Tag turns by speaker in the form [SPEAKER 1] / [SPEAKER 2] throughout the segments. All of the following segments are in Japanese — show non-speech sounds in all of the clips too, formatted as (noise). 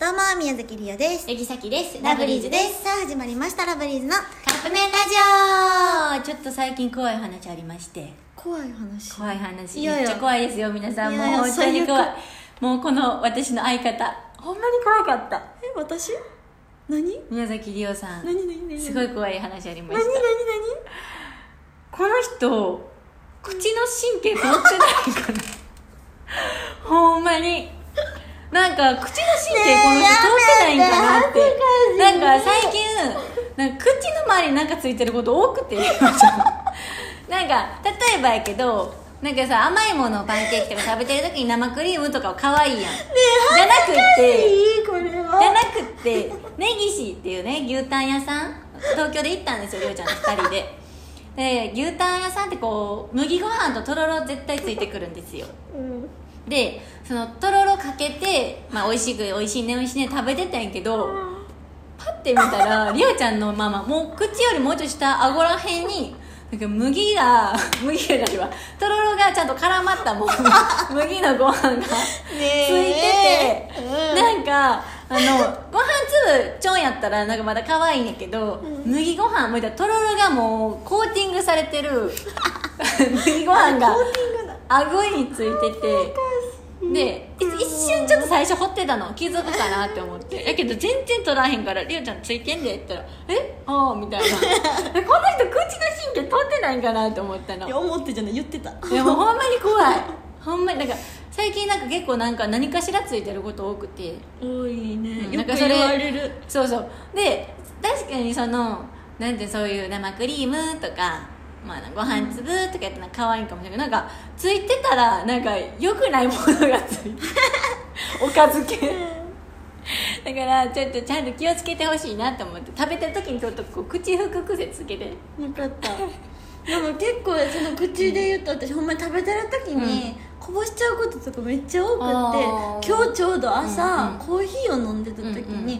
[SPEAKER 1] どうも宮崎りおです
[SPEAKER 2] えぎさきです
[SPEAKER 1] さあ始まりましたラブリーズの
[SPEAKER 2] カップ麺ラジオちょっと最近怖い話ありまして
[SPEAKER 1] 怖い話
[SPEAKER 2] 怖い話
[SPEAKER 1] いやいや
[SPEAKER 2] めっちゃ怖いですよ皆さん
[SPEAKER 1] いやいや
[SPEAKER 2] もう本当に怖い
[SPEAKER 1] 最
[SPEAKER 2] もうこの私の相方ほんまに怖かった
[SPEAKER 1] え私何
[SPEAKER 2] 宮崎りおさん
[SPEAKER 1] 何何何
[SPEAKER 2] すごい怖い話ありま
[SPEAKER 1] 何
[SPEAKER 2] し
[SPEAKER 1] 何
[SPEAKER 2] たこの人口の神経通ってないかな (laughs) ほんまになんか口の神経この人通ってないんかなって
[SPEAKER 1] ねえやめて恥ずかしい
[SPEAKER 2] なんか最近なんか口の周りになんかついてること多くて (laughs) なんか例えばやけどなんかさ甘いものをパンケーキとか食べてる時に生クリームとか可愛いやんじゃなくて
[SPEAKER 1] 何いいこれは
[SPEAKER 2] じゃなくって根岸っていうね牛タン屋さん東京で行ったんですよりょうちゃんと2人でで牛タン屋さんってこう麦ご飯ととろろ絶対ついてくるんですよ
[SPEAKER 1] うん
[SPEAKER 2] でそのとろろかけて、まあ、美味しく美味しいね美味しいね食べてたんやけどパッて見たらりおちゃんのママもう口よりもうちょい下顎らへんになんか麦が麦がじゃないわとろろがちゃんと絡まったもう麦のご飯が
[SPEAKER 1] つい
[SPEAKER 2] ついてて、
[SPEAKER 1] うん
[SPEAKER 2] なんかあのご飯粒ちょんやったらなんかまだ可愛いんやけど、麦ご飯もうたらとろろがもうコーティングされ
[SPEAKER 1] (laughs)
[SPEAKER 2] てる麦ご飯が
[SPEAKER 1] コーティングだ
[SPEAKER 2] 顎についててでい
[SPEAKER 1] うん
[SPEAKER 2] 一瞬ちょっと最初掘ってたの気づくかなって思ってやけど全然取らへんから「りおちゃんついてんで」って言ったら「えああ」
[SPEAKER 1] (laughs)
[SPEAKER 2] みたいなえこの人口の神経通ってないんかなって思ったの
[SPEAKER 1] いや思ってじゃない言ってたあ
[SPEAKER 2] いやもうほんまに怖いほんまになんか最近なんか結構なんか何かしらついてること多くて
[SPEAKER 1] 多いね
[SPEAKER 2] うん
[SPEAKER 1] よ
[SPEAKER 2] なん
[SPEAKER 1] く
[SPEAKER 2] かそれ
[SPEAKER 1] 言われる
[SPEAKER 2] そうそうで確かにそのなんてそういう生クリームとか、まあ、ご飯粒とかやったら可愛いかもしれないけどなんかついてたらなんか良くないものがついて
[SPEAKER 1] (laughs)
[SPEAKER 2] おかず系だからちょっとちゃんと気をつけてほしいなと思って食べてる時にちょっとこう口ふく癖つけて
[SPEAKER 1] よかったでも結構その口で言うと私ほんまに食べてる時にこぼしちゃうこととかめっちゃ多
[SPEAKER 2] あ
[SPEAKER 1] くって
[SPEAKER 2] ー
[SPEAKER 1] 今日ちょうど朝、
[SPEAKER 2] うんうん
[SPEAKER 1] コーヒーを飲んでた時に、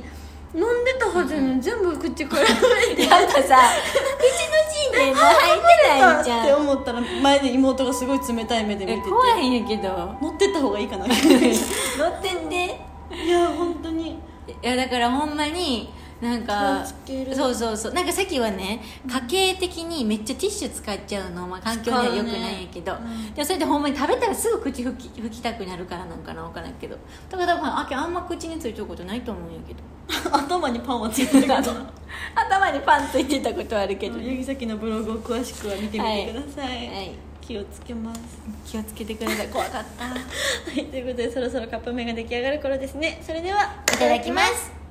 [SPEAKER 1] 飲んでたはずに全部口から入
[SPEAKER 2] (laughs)
[SPEAKER 1] って
[SPEAKER 2] やっぱさ
[SPEAKER 1] (laughs)
[SPEAKER 2] 口の神経が入ってない
[SPEAKER 1] た
[SPEAKER 2] んじゃ
[SPEAKER 1] っ
[SPEAKER 2] ん
[SPEAKER 1] て思ったら前で妹がすごい冷たい目で見
[SPEAKER 2] え
[SPEAKER 1] てて
[SPEAKER 2] 怖いんやけど
[SPEAKER 1] 乗ってった方がいいかない
[SPEAKER 2] (laughs) 乗ってんで
[SPEAKER 1] や本当に
[SPEAKER 2] いやだからほんまになんか
[SPEAKER 1] 気をつける
[SPEAKER 2] そうそうそうなんかさっきはね家計的にめっちゃティッシュ使っちゃうの、まあ、環境には良くないんやけ
[SPEAKER 1] 使
[SPEAKER 2] ど、
[SPEAKER 1] うねうん
[SPEAKER 2] でもそれでほんまに食べたらすぐ口拭き拭きたくなるからなんかな分からんけどだから多分あけあんま口についてることないと思うんやけど
[SPEAKER 1] 頭にパンはついてたから
[SPEAKER 2] (laughs) 頭にパンついてたことはあるけど、
[SPEAKER 1] 八木崎のブログを詳しくは見てみてください、
[SPEAKER 2] はい、
[SPEAKER 1] 気をつけます
[SPEAKER 2] 気をつけてください怖かったい
[SPEAKER 1] はい、ということでそろそろカップ麺が出来上がる頃ですねそれではい
[SPEAKER 2] ただきます